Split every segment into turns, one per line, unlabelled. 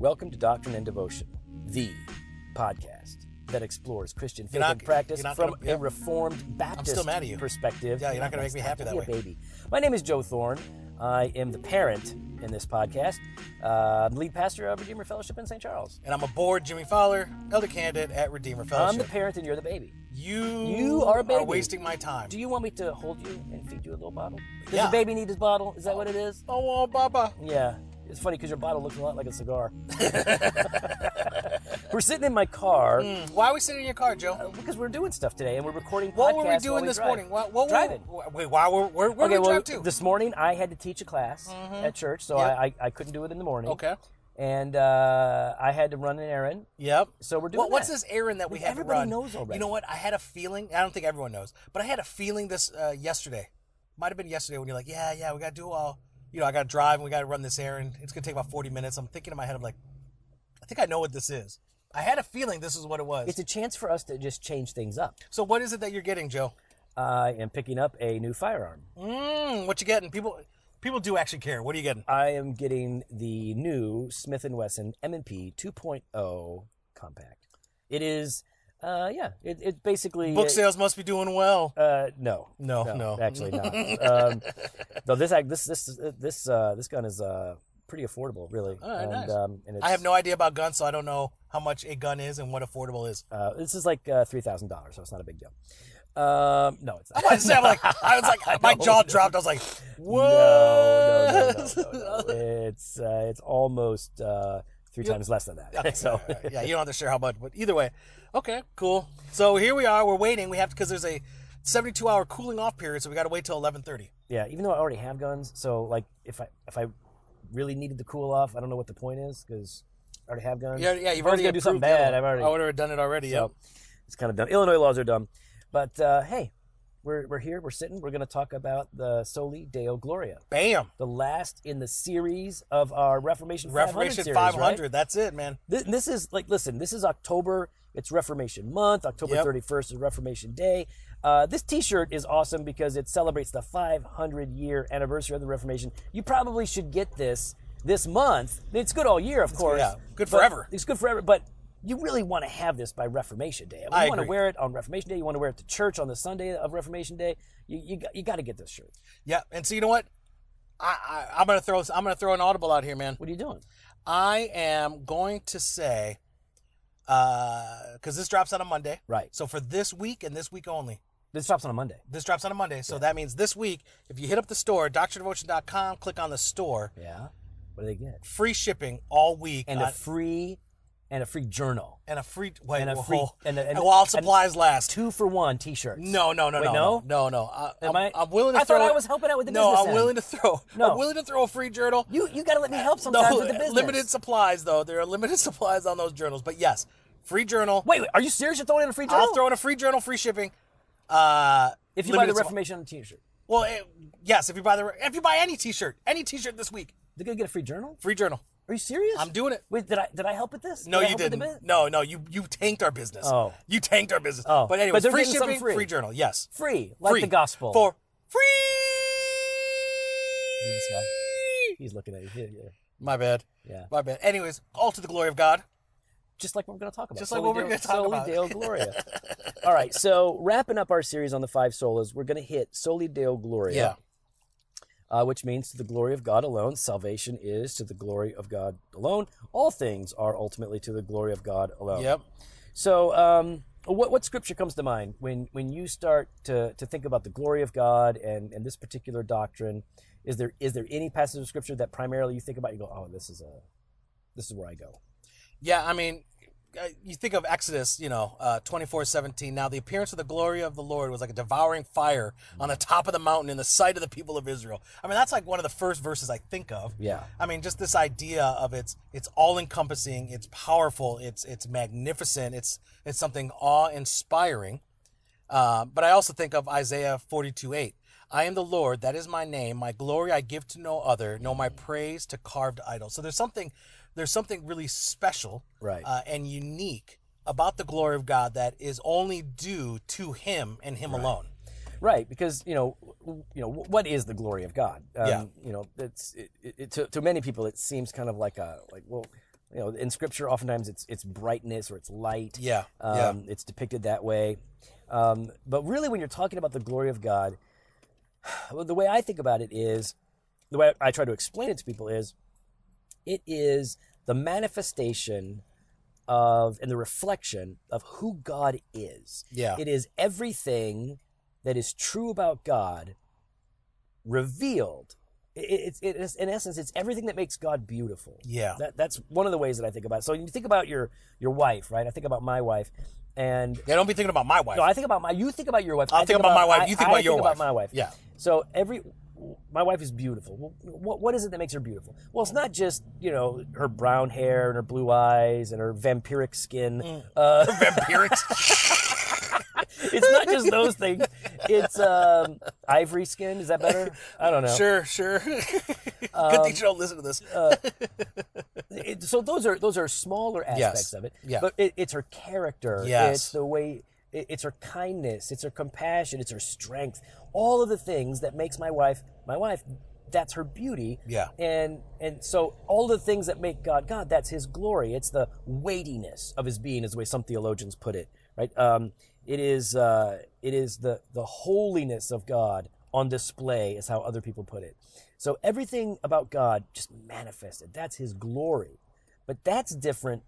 Welcome to Doctrine and Devotion, the podcast that explores Christian faith
You're not-
and practice
you're not
from
gonna- yeah.
a Reformed Baptist
still mad at you.
perspective.
Yeah, you're not gonna make me happy
Don't
that
be a baby. My name is Joe Thorne. I am the parent in this podcast, uh, lead pastor of Redeemer Fellowship in St. Charles.
And I'm aboard Jimmy Fowler, elder candidate at Redeemer
I'm
Fellowship.
the parent and you're the baby.
you
You are a baby.
wasting my time.
Do you want me to hold you and feed you a little bottle? Does
Yeah.
the baby need his bottle? Is that what it is?
oh, oh, Baba.
Yeah. It's funny because your bottle looks a lot like a cigar. we're sitting in my car
Mm, Why are we sitting in your car, Joe?
because we're doing stuff today and we're recording
What were we
podcasts while
doing this
drive.
morning? What, what
Driving.
Were, wait, why were where, where
okay,
we
well,
drive to?
this morning I had to teach a class at church, so
Yep.
I, I, I couldn't do it in the morning.
okay.
And uh, I had to run an errand,
Yep.
so we're doing
What, what's
that.
this errand that we have
Everybody
to run?
knows already.
You know what? I had a feeling. I don't think everyone knows, but I had a feeling this uh, yesterday. Might have been yesterday when you're like, yeah, yeah, we got to do all. You know, I got to drive and we got to run this errand. It's going to take about 40 minutes. I'm thinking in my head, I'm like, I think I know what this is. I had a feeling this is what it was.
It's a chance for us to just change things up.
so what is it that you're getting, Joe?
I am picking up a new firearm.
Mm, what you getting? People, people do actually care. What are you getting?
I am getting the new Smith & Wesson M&P 2.0 compact. It is, uh, yeah, it, it's basically
Book sales must be doing well.
Uh, no,
No, no.
actually not. um, though this act- this this this uh, this gun is uh, pretty affordable, really.
All right,
and,
nice.
um, and it's,
I have no idea about guns, so I don't know how much a gun is and what affordable is.
Uh, this is like uh, three thousand dollars, so it's not a big deal. Um, no, it's
I
not.
was, saying, I'm like, I was like, my jaw dropped. I was like,
no,
whoa.
no, no, no, no, no. It's uh, it's almost uh, three times less than that. so
yeah, you don't have to share how much, but either way, okay, cool. So here we are. We're waiting. We have because there's a 72 hour cooling off period, so we got to wait till 11:30.
yeah, even though I already have guns, so like if I if I really needed to cool off, I don't know what the point is because I already have guns.
Yeah, yeah,
If I was
you've already
gonna do something
approved Oh, the
bad.
other
I've
one.
already
I would have done it already. Yeah.
So it's kind of dumb. Illinois laws are dumb. But uh, hey, we're, we're here, we're sitting, we're going to talk about the Soli Deo Gloria,
Bam.
the last in the series of our Reformation 500
Reformation
series,
500.
right?
That's it, man.
This, this is like, listen, this is October. It's Reformation Month. October
Yep.
31st is Reformation Day. Uh, this t shirt is awesome because it celebrates the 500 year anniversary of the Reformation. You probably should get this this month. It's good all year, of course.
yeah, good
but-
forever.
It's good forever, but you really want to have this by Reformation Day. I mean,
I
you want to
agree.
wear it on Reformation Day. You want to wear it to church on the Sunday of Reformation Day. You you, got- you got to get this shirt.
Yeah. And so you know what? I, I I'm gonna throw I'm gonna throw an audible out here, man.
What are you doing?
I am going to say, because this drops out on Monday.
Right.
So for this week and this week only,
This drops on a Monday.
this drops out on Monday. So that means this week, if you hit up the store, drdevotion.com, click on the store,
Yeah. What do they get?
free shipping all week,
And
on-
a free and a free journal.
and a free wait,
and a
whoa,
free- and a- and-
while supplies last.
Two for one T-shirts.
No, no, no,
Wait,
no, no, no, no. I,
Am
I'm,
I-
am willing to
I thought
throw.
I
it-
was helping out with the
no,
business
I'm
end.
willing to throw.
No.
I'm willing to throw a free journal.
You you got to let me help sometimes with the business.
uh, limited supplies though. There are limited supplies on those journals, but yes, free journal.
Wait, wait, are you serious? You're throwing in a free journal?
I'll throw in a free journal, free shipping. Uh,
if you buy
limited
the
supply-
Reformation on a T-shirt,
well, eh, yes, if you buy the if you buy any T-shirt, any T-shirt this week,
they're gonna get a free journal.
free journal.
Are you serious?
I'm doing it.
Wait, did I did I help with this?
No,
Did I
you
help with the
didn't.
bus-
No, no, you you tanked our business.
Oh.
you tanked our business.
Oh.
but
But
anyways,
they're
free
getting some
shipping,
free.
free. journal. Yes,
Free, like
free
the gospel.
for free.
This guy. He's looking at you. Yeah, yeah.
My bad.
Yeah.
my bad. Anyways, all to the glory of God.
just like what we're going to talk about.
Just like
Soli
what we're
Deo-
gonna talk
Soli
about.
Deo Gloria. All right, so wrapping up our series on the five solas, we're going to hit Soli Deo Gloria, uh, which means to the glory of God alone. Salvation is to the glory of God alone. All things are ultimately to the glory of God alone.
Yep.
So, um, what, what scripture comes to mind when, when you start to, to think about the glory of God and, and this particular doctrine? Is there is there any passage of scripture that primarily you think about? You go, oh, this is a this is where I go.
Yeah, I mean, uh, you think of Exodus, you know, uh, 24 Now, the appearance of the glory of the Lord was like a devouring fire on the top of the mountain in the sight of the people of Israel. I mean, that's like one of the first verses I think of.
Yeah.
I mean, just this idea of it's it's all encompassing, it's powerful, it's it's magnificent, it's it's something awe inspiring. Uh, but I also think of Isaiah 42 8. I am the Lord, that is my name, my glory I give to no other, no
Mm.
my praise to carved idols. So there's something there's something really special
Right.
uh, and unique about the glory of God that is only due to him and him alone.
Right, because you know, w- you know, w- what is the glory of God? Um,
Yeah.
You know, it's it, it, to, to many people it seems kind of like a like well, you know, in scripture, oftentimes it's it's brightness or it's light.
Yeah.
Um,
yeah.
It's depicted that way. Um, but really, when you're talking about the glory of God, well, the way I think about it is, the way I try to explain it to people is, it is the manifestation of and the reflection of who God is.
Yeah.
It is everything that is true about God revealed. It- it- It's it is, in essence, it's everything that makes God beautiful.
Yeah.
That, that's one of the ways that I think about it. So when you think about your your wife, right? I think about my wife, and
Yeah, don't be thinking about my wife.
no, I think about my. You think about your wife.
I'll think about my wife.
I-
You think
I
about your
think
wife.
About my wife.
Yeah.
So every, my wife is beautiful. Well, what what is it that makes her beautiful? Well, it's not just you know her brown hair and her blue eyes and her vampiric skin.
Mm.
Uh,
Vampirics.
it's not just those things. It's um, ivory skin. Is that better? I don't know.
sure, sure. Good thing you
Um,
don't listen to this.
uh, It- so those are those are smaller aspects of it.
Yeah.
But it, it's her character.
Yes.
It's the way. It, it's her kindness. It's her compassion. It's her strength. All of the things that makes my wife my wife. That's her beauty.
Yeah.
And and so all the things that make God God. That's His glory. It's the weightiness of His being, is the way some theologians put it. Right. Um, it is uh, it is the the holiness of God on display, is how other people put it. So everything about God just manifested. That's His glory. But that's different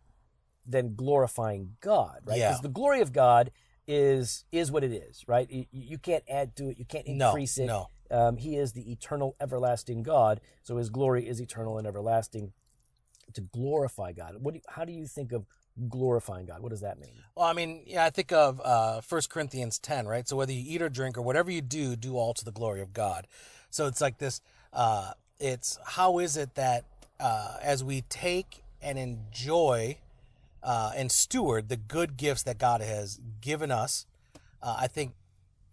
than glorifying God, right?
Yeah.
Because the glory of God is is what it is, right? You, you can't add to it. You can't
No,
increase it.
no.
Um, he is the eternal, everlasting God. So His glory is eternal and everlasting. To glorify God, what? Do you, how do you think of glorifying God? What does that mean?
Well, I mean, yeah, I think of uh, 1 Corinthians 10, right? So whether you eat or drink or whatever you do, do all to the glory of God. So it's like this uh, it's how is it that uh, as we take and enjoy uh, and steward the good gifts that God has given us, uh, I think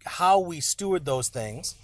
how we steward those things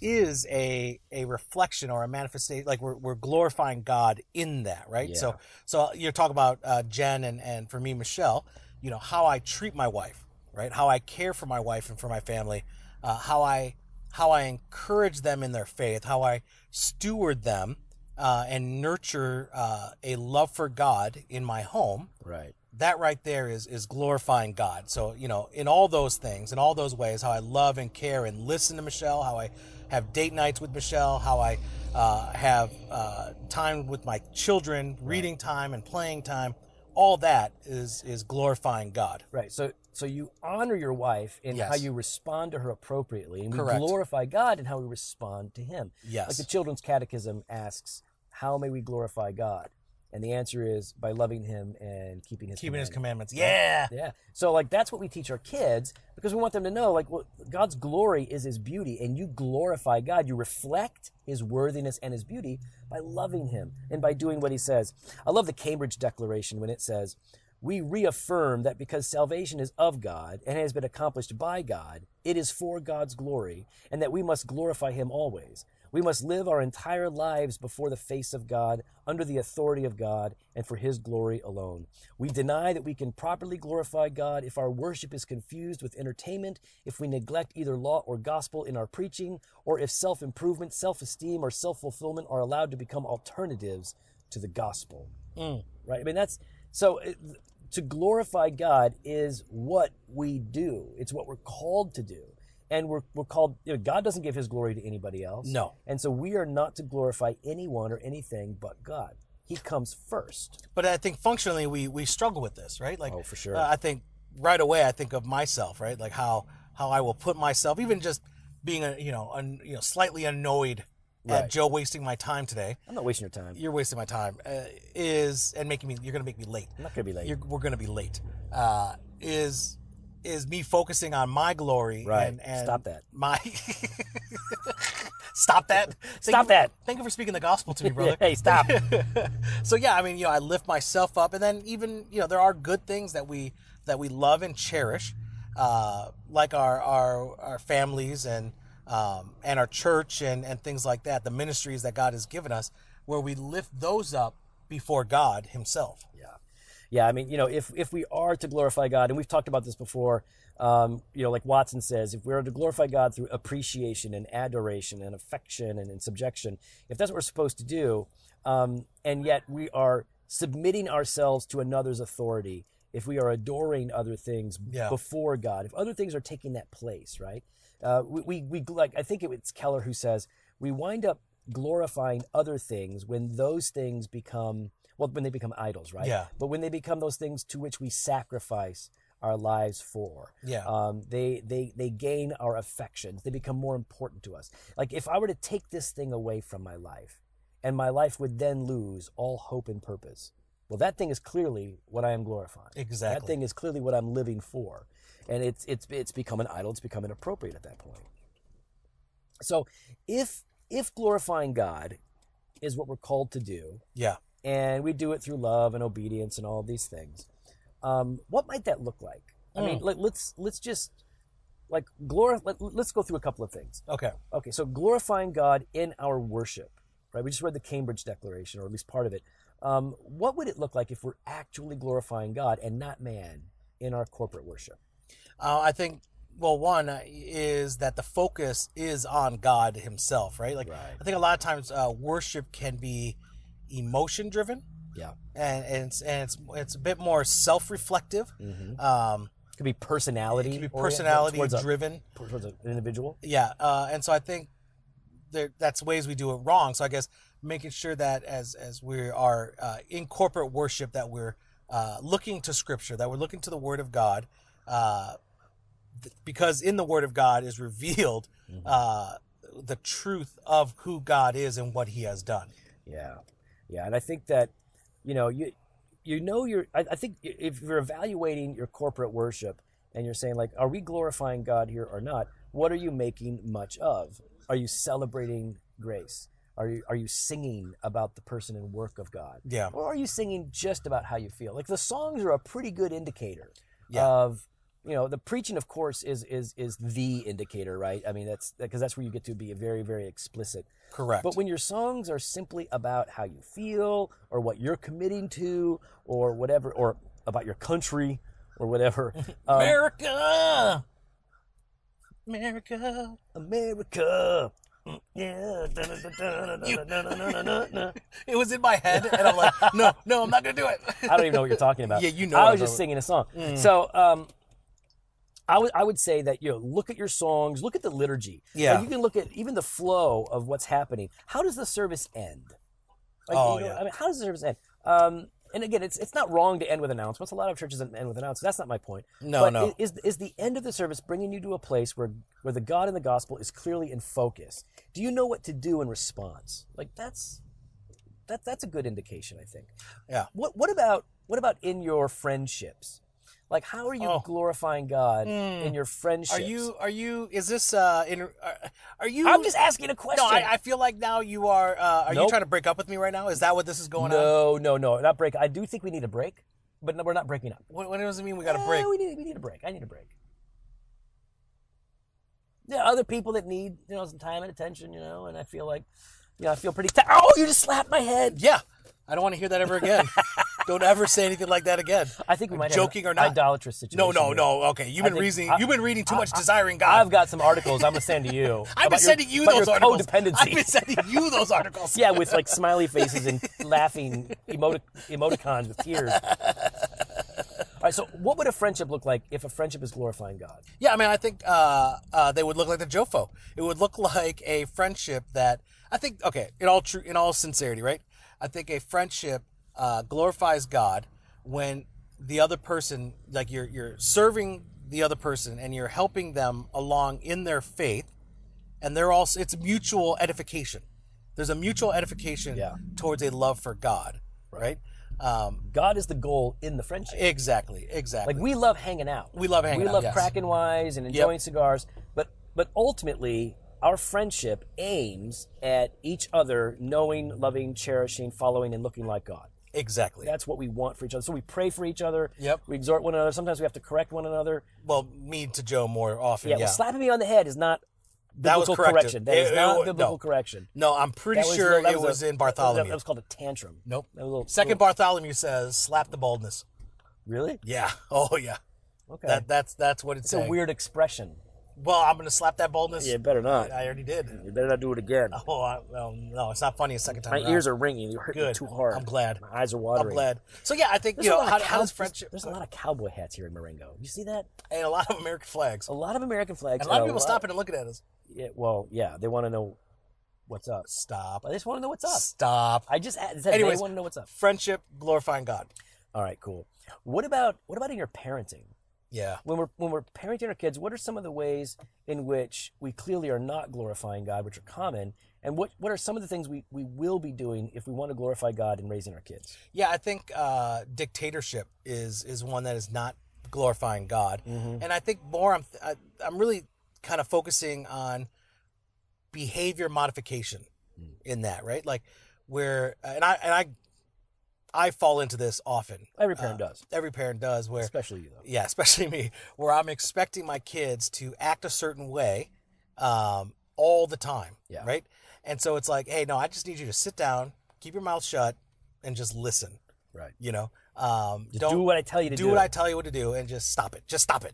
is a a reflection or a manifestation like we're, we're glorifying god in that right so so you're talking about uh, jen and and for me michelle you know how i treat my wife right how i care for my wife and for my family uh, how i how i encourage them in their faith how i steward them uh, and nurture uh, a love for god in my home
Right.
that right there is is glorifying God. So you know, in all those things, in all those ways, how I love and care and listen to Michelle, how I have date nights with Michelle, how I uh, have uh, time with my children, reading time and playing time, all that is is glorifying God.
Right. So so you honor your wife in how
Yes.
you respond to her appropriately, and
Correct.
we glorify God in how we respond to Him.
Yes.
Like the Children's Catechism asks, "How may we glorify God?" And the answer is by loving Him and keeping His
Keeping His
commandments.
commandments. Yeah.
Yeah. So like that's what we teach our kids because we want them to know like well, God's glory is his beauty and you glorify God, you reflect his worthiness and his beauty by loving him and by doing what he says. I love the Cambridge Declaration when it says, "We reaffirm that because salvation is of God and has been accomplished by God, it is for God's glory and that we must glorify him always." We must live our entire lives before the face of God, under the authority of God, and for His glory alone. We deny that we can properly glorify God if our worship is confused with entertainment, if we neglect either law or gospel in our preaching, or if self improvement, self esteem, or self fulfillment are allowed to become alternatives to the gospel. Right? I mean, that's so it, to glorify God is what we do, it's what we're called to do. And we're, we're called, you know, God doesn't give his glory to anybody else.
No.
And so we are not to glorify anyone or anything but God. He comes first.
But I think functionally we we struggle with this, right? Like
Oh, for sure.
uh, I think right away I think of myself, right? Like how how I will put myself, even just being a you know un, you know slightly annoyed
Right.
at Joe wasting my time today.
I'm not wasting your time.
You're wasting my time. Uh, is and making me you're gonna make me late.
I'm not going to be late.
You're, we're gonna be late. Uh, is is me focusing on my glory
Right.
and, and
Stop that.
my stop that Thank
Stop
you-
that.
thank you for speaking the gospel to me brother
hey, stop.
so yeah, I mean, you know, I lift myself up, and then even you know, there are good things that we that we love and cherish, uh, like our our our families and um, and our church and and things like that. The ministries that God has given us, where we lift those up before God Himself.
Yeah, yeah. I mean, you know, if if we are to glorify God, and we've talked about this before, um, you know, like Watson says, if we are to glorify God through appreciation and adoration and affection and, and subjection, if that's what we're supposed to do, um, and yet we are submitting ourselves to another's authority, if we are adoring other things
Yeah.
before God, if other things are taking that place, right? Uh, we, we, we like I think it, it's Keller who says we wind up glorifying other things when those things become well when they become idols, right?
Yeah.
But when they become those things to which we sacrifice our lives for,
Yeah.
um, they they they gain our affections. They become more important to us. Like if I were to take this thing away from my life, and my life would then lose all hope and purpose. Well, that thing is clearly what I am glorifying.
Exactly.
That thing is clearly what I'm living for, and it's it's it's become an idol. It's become inappropriate at that point. So, if if glorifying God is what we're called to do,
yeah.
and we do it through love and obedience and all these things. Um, what might that look like? I
Hmm.
mean, let, let's let's just like glorify. Let, let's go through a couple of things.
Okay.
Okay, so glorifying God in our worship, right? We just read the Cambridge Declaration, or at least part of it. Um, what would it look like if we're actually glorifying God and not man in our corporate worship?
Uh, I think, well, one uh, is that the focus is on God Himself, right? Like,
Right.
I think a lot of times uh, worship can be emotion driven,
Yeah,
and, and it's and it's it's a bit more self reflective. Um,
could be personality.
it can be
oriented
personality
towards, a-
driven.
towards an individual.
Yeah, uh, and so I think there, that's ways we do it wrong. So I guess making sure that as as we are uh, in corporate worship, that we're uh, looking to Scripture, that we're looking to the Word of God, uh, th- because in the Word of God is revealed
Mm-hmm.
uh, the truth of who God is and what He has done.
Yeah, yeah, and I think that you know you you know you're. I, I think i- if you're evaluating your corporate worship and you're saying like, are we glorifying God here or not? What are you making much of? Are you celebrating grace? Are you are you singing about the person and work of God?
Yeah,
Or are you singing just about how you feel? Like the songs are a pretty good indicator
Yeah.
of you know the preaching of course is is is the indicator right i mean that's because that's where you get to be very very explicit
correct.
but when your songs are simply about how you feel or what you're committing to or whatever, or about your country or whatever, um,
America, America.
America. Mm, Yeah. da-da-da-da-da-da-da-da-da-da.
It was in my head, and I'm like, no, no, I'm not gonna do it.
I don't even know what you're talking about.
Yeah, you know what
I
I'm
was just
talking Mm.
singing a song. So, um, I would I would say that you know look at your songs, look at the liturgy.
Yeah.
Like, you can look at even the flow of what's happening. How does the service end? Like,
Oh,
you know,
yeah.
I mean, how does the service end? Um, and again, it's it's not wrong to end with announcements. A lot of churches end with announcements. That's not my point.
No,
but
no.
i- Is is the end of the service bringing you to a place where where the God and the gospel is clearly in focus? Do you know what to do in response? Like that's that that's a good indication, I think.
Yeah.
What what about what about in your friendships? Like how are you
Oh.
glorifying God
Mm.
in your friendships?
Are you? Are you? Is this? Uh, in, are, are you?
I'm just asking a question.
No, I, I feel like now you are. Uh, are
Nope.
you trying to break up with me right now? Is that what this is going on?
no, no, no, not break. I do think we need a break, but no, we're not breaking up.
What, what does it mean? We got to
Eh,
break.
we need we need a break. I need a break. There are other people that need you know some time and attention, you know, and I feel like, you know, I feel pretty. T- oh, you just slapped my head.
Yeah, I don't want to hear that ever again. don't ever say anything like that again.
I think we might
Joking
have
or
an
not.
idolatrous situation.
No, no,
here.
no. Okay, you've been
think-
reading.
I-
you've been reading too much, desiring God.
I've got some articles I'm gonna send to you.
I've
about your-
been sending you
about
those
your
articles.
Codependency.
I've been sending you those articles.
yeah, with like smiley faces and laughing emoti- emoticons with tears. All right, so what would a friendship look like if a friendship is glorifying God?
Yeah, I mean, I think uh, uh, they would look like the Jofo. It would look like a friendship that I think. Okay, in all true, in all sincerity, right? I think a friendship uh, glorifies God when the other person, like you're, you're serving the other person and you're helping them along in their faith, and they're also it's mutual edification. There's a mutual edification
Yeah.
towards a love for God, right? Um,
God is the goal in the friendship.
exactly, exactly.
Like we love hanging out.
We love hanging
We
out,
love
yes.
cracking wise and enjoying cigars, but but ultimately our friendship aims at each other knowing, loving, cherishing, following and looking like God.
exactly.
That's what we want for each other. So we pray for each other.
Yep.
We exhort one another. Sometimes we have to correct one another.
well, me to Joe more often.
Yeah, well, slapping me on the head is not
That was
biblical
corrective.
correction. That
It-
is
it
not
wa-
biblical
no.
correction.
No, I'm pretty
That was-
sure
that
it
a-
was in
That,
Bartholomew.
was called a tantrum.
nope.
That was a little,
Second
little-
Bartholomew says, "Slap the baldness."
really?
Yeah. Oh yeah.
Okay.
That that's that's what it's
it's a
saying.
weird expression.
Well, I'm going to slap that boldness.
You better not.
I already did.
You better not do it again.
Oh, I, well, no, it's not funny a second time.
My
around.
ears are ringing. You hurt me
Good.
too hard.
I'm glad.
My eyes are
I'm
watering.
glad. So yeah, I think
There's
you
a
know
lot of
how, how
cow-
does friendship
There's, there's a lot of cowboy hats here in Marengo. You see that?
and a lot of American flags.
A lot of American flags.
And a lot
and
of people
lot-
stopping and looking at us.
Yeah, well, yeah, they want to know what's up.
Stop.
I just want to know what's up.
Stop.
I just said they
Anyways.
want to know what's up.
Friendship glorifying God.
All right, cool. What about what about in your parenting?
Yeah.
When we're when we're parenting our kids, what are some of the ways in which we clearly are not glorifying God, which are common, and what what are some of the things we we will be doing if we want to glorify God in raising our kids?
Yeah, I think uh, dictatorship is is one that is not glorifying God, and I think more I'm I, I'm really kind of focusing on behavior modification in that right, like where and I and I I fall into this often.
Every parent does,
Every parent does Uh, where
especially you though.
yeah, especially me, where I'm expecting my kids to act a certain way um, all the time.
Yeah.
Right. And so it's like, hey, no, I just need you to sit down, keep your mouth shut, and just listen.
Right.
You know, um,
Just
don't
do what I tell you to do.
do what I tell you what to do, and just stop it. Just stop it.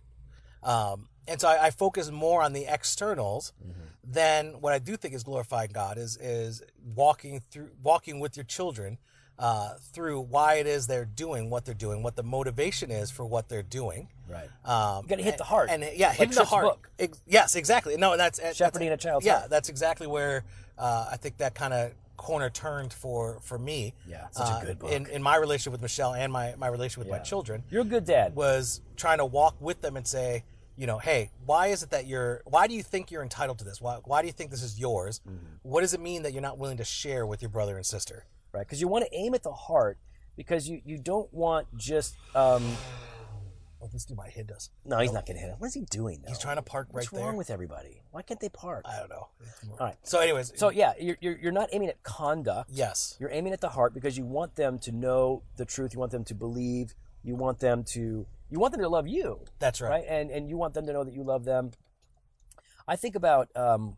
Um, and so I, I focus more on the externals
Mm-hmm.
than what I do think is glorifying God is is walking through walking with your children uh, through why it is they're doing what they're doing, what the motivation is for what they're doing.
right.
Um,
You gotta hit
and-
the heart.
and yeah, hitting the
Tripp's
heart.
book.
Ex- yes, exactly. No, and that's that's-
Shepherding a child's
Yeah,
heart.
that's exactly where uh, I think that kind of corner turned for for me. Uh,
Yeah, it's such a good book.
In, in my relationship with Michelle and my my relationship with my
Yeah.
children
You're a good dad.
was trying to walk with them and say, you know, hey, why is it that you're? Why do you think you're entitled to this? Why why do you think this is yours?
Mm-hmm.
What does it mean that you're not willing to share with your brother and sister?
right? Because you want to aim at the heart because you, you don't want just um,
Oh, this dude might hit us.
no, he's not going to hit him. What is he doing? Though?
He's trying to park
Oh, What's
right
wrong
there.
with everybody? Why can't they park?
I don't know. All
right.
So, anyways,
so yeah, you're, you're you're not aiming at conduct.
yes,
You're aiming at the heart because you want them to know the truth. You want them to believe. You want them to you want them to love you,
that's
right? And and you want them to know that you love them. I think about um,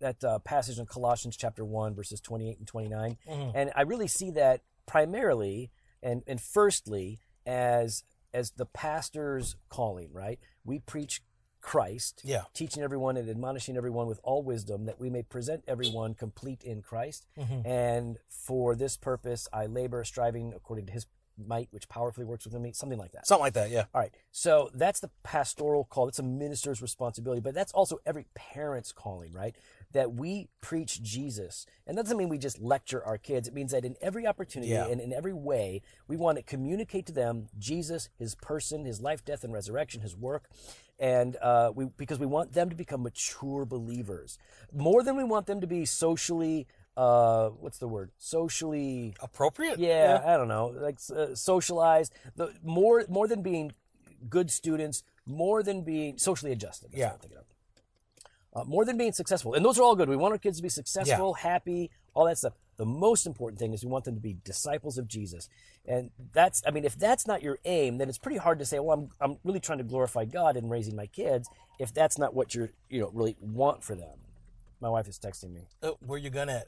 that uh, passage in Colossians chapter one, verses twenty eight and twenty
Mm-hmm.
and I really see that primarily and and firstly as as the pastor's calling. Right? We preach Christ
Yeah.
teaching everyone and admonishing everyone with all wisdom that we may present everyone complete in Christ. And for this purpose, I labor, striving according to his might, which powerfully works within me, something like that.
Something like that, yeah.
all right. So that's the pastoral call. That's a minister's responsibility, but that's also every parent's calling, right? That we preach Jesus. And that doesn't mean we just lecture our kids. It means that in every opportunity
Yeah.
and in every way, we want to communicate to them Jesus, his person, his life, death, and resurrection, his work. And uh, we, because we want them to become mature believers more than we want them to be socially, uh, what's the word? Socially
Appropriate?
yeah, I don't know, like uh, socialized. The more more than being good students, more than being socially adjusted. That's
Yeah.
what I'm thinking of. Uh, more than being successful, and those are all good. We want our kids to be successful, happy, all that stuff. The most important thing is we want them to be disciples of Jesus, and that's. I mean, if that's not your aim, then it's pretty hard to say, "Well, I'm I'm really trying to glorify God in raising my kids." If that's not what you're you know really want for them. My wife is texting me.
Uh, where you gonna?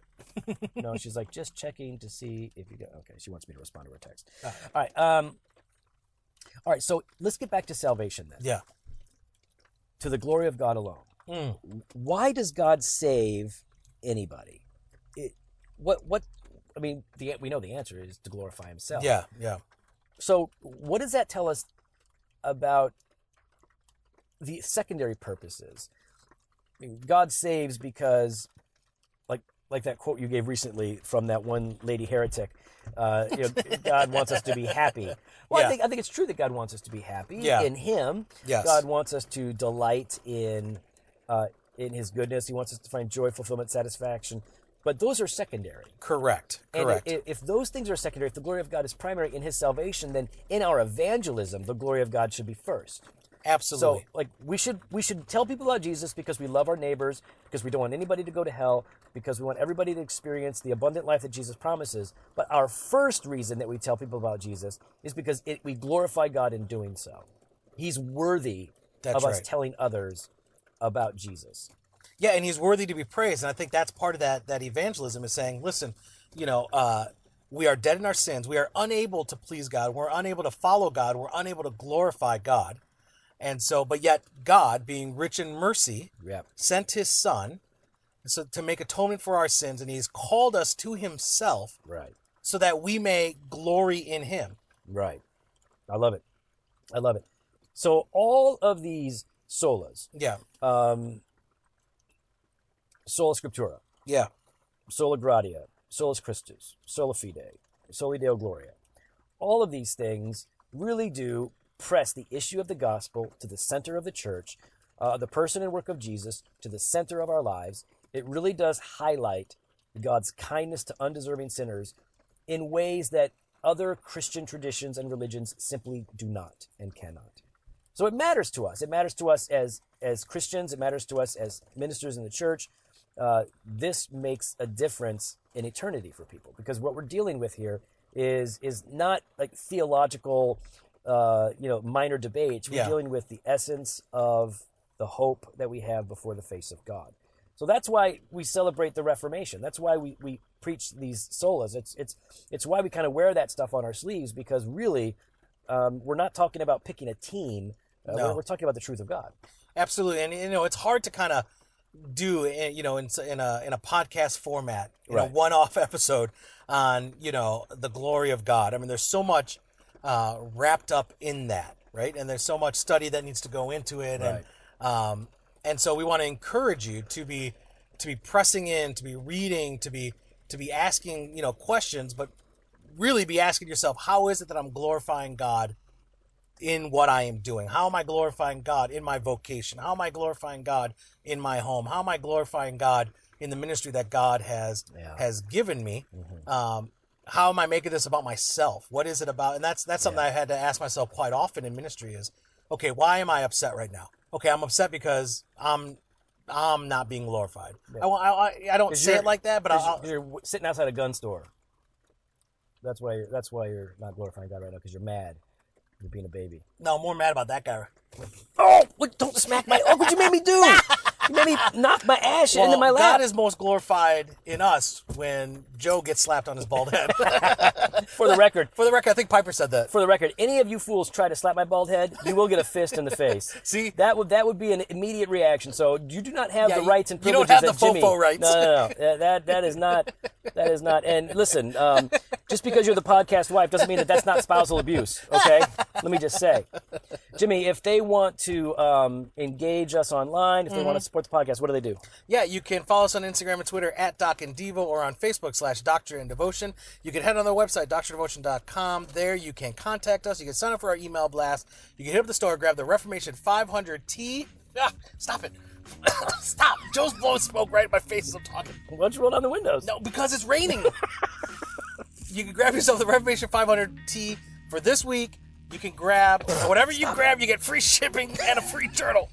No, she's like just checking to see if you got okay. She wants me to respond to her text. All right. Um, all right. So let's get back to salvation then.
Yeah.
To the glory of God alone. Why does God save anybody? It, what what I mean, the, we know the answer is to glorify Himself.
Yeah, yeah.
So what does that tell us about the secondary purposes? I mean, God saves because, like like that quote you gave recently from that one lady heretic, uh, you know, God wants us to be happy. Well, I
Yeah.
think I think it's true that God wants us to be happy
Yeah.
in Him.
Yes.
God wants us to delight in uh, in His goodness. He wants us to find joy, fulfillment, satisfaction. But those are secondary.
Correct.
And
Correct.
i- i- if those things are secondary, if the glory of God is primary in His salvation, then in our evangelism, the glory of God should be first.
Absolutely.
So, like, we should we should tell people about Jesus because we love our neighbors, because we don't want anybody to go to hell, because we want everybody to experience the abundant life that Jesus promises. But our first reason that we tell people about Jesus is because it, we glorify God in doing so. He's worthy
That's
of us
right.
telling others about Jesus.
yeah, and he's worthy to be praised. And I think that's part of that that evangelism is saying, listen, you know, uh, we are dead in our sins. We are unable to please God. We're unable to follow God. We're unable to glorify God. And so, but yet God, being rich in mercy,
Yeah.
sent his son so to make atonement for our sins and he's called us to himself
Right.
so that we may glory in him
Right. I love it. I love it. So all of these solas,
yeah
um, sola scriptura,
yeah
sola gratia, solus Christus, sola fide, soli deo gloria. All of these things really do press the issue of the gospel to the center of the church, uh, the person and work of Jesus to the center of our lives. It really does highlight God's kindness to undeserving sinners in ways that other Christian traditions and religions simply do not and cannot. So it matters to us. It matters to us as as Christians. It matters to us as ministers in the church. Uh, this makes a difference in eternity for people because what we're dealing with here is is not like theological, uh, you know, minor debates. We're
Yeah.
dealing with the essence of the hope that we have before the face of God. So that's why we celebrate the Reformation. That's why we, we preach these solas. It's it's it's why we kind of wear that stuff on our sleeves because really um, we're not talking about picking a team. Uh,
No.
we're, we're talking about the truth of God.
absolutely and you know it's hard to kind of do eh, you know in, s- in a in a podcast format in a
Right.
one-off episode on you know the glory of god i mean there's so much uh, wrapped up in that right and there's so much study that needs to go into it and um, and so we want to encourage you to be to be pressing in to be reading to be to be asking you know questions but really be asking yourself how is it that i'm glorifying god in what i am doing how am i glorifying god in my vocation how am i glorifying god in my home how am i glorifying god in the ministry that god has
Yeah.
has given me um, how am i making this about myself what is it about and that's that's something i had to ask myself quite often in ministry is okay why am i upset right now okay i'm upset because i'm i'm not being glorified I wa- I, I, I don't say
you're-
it like that but
Because
I'll,
you're w- sitting outside a gun store. That's why you're, that's why you're not glorifying God right now because you're mad. You're being a baby.
No, I'm more mad about that guy.
Oh, what, don't smack my uncle! You made me do. You made me knock my ash
Well,
into my lap.
God is most glorified in us when Joe gets slapped on his bald head.
for the record,
For the record, I think Piper said that.
for the record, any of you fools try to slap my bald head, you will get a fist in the face.
See?
that would that would be an immediate reaction. So you do not have
Yeah,
the
you-
rights and
you don't
privileges
have
that
the
Jimmy.
fofo rights.
No, no, no. That- that that is not that is not. And listen, um, just because you're the podcast wife doesn't mean that that's not spousal abuse. Okay, let me just say, Jimmy, if they want to um, engage us online, if they
Mm-hmm.
want to support the podcast, what do they do?
Yeah, you can follow us on Instagram and Twitter at Doc and Devo or on Facebook slash Doctor and Devotion. You can head on their website, doctordevotion.com. There you can contact us. You can sign up for our email blast. You can hit up the store, grab the Reformation 500T. Ah, stop it. stop. Joe's blowing smoke right in my face as I'm talking.
Why don't you roll down the windows?
No, because it's raining. you can grab yourself the Reformation 500T for this week. You can grab whatever you grab, you get free shipping and a free journal.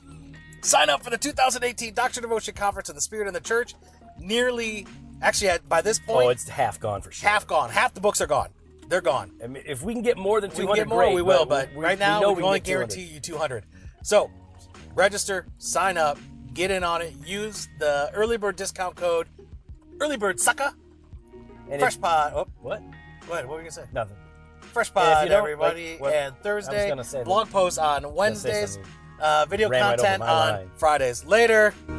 Sign up for the 2018 Doctor Devotion Conference of the Spirit and the Church. Nearly, actually, at, by this point,
Oh, it's half gone for sure.
half gone. Half the books are gone. They're gone.
I mean, if we can get more than
If we
200,
can get more,
great,
we will. But
we-
right
we
now,
know
we,
we
can
can
only
get 200.
guarantee you 200. So, register, sign up, get in on it. Use the early bird discount code, early bird sucker,
And
fresh
if-
pod. Oh,
what?
What, what were you gonna say?
Nothing.
Fresh
if
pod,
you don't,
everybody,
like, what- I
and
was
Thursday
gonna say that.
blog posts on Wednesdays,
something.
uh, video
Ran right over
content
my
on
line.
Fridays. Later.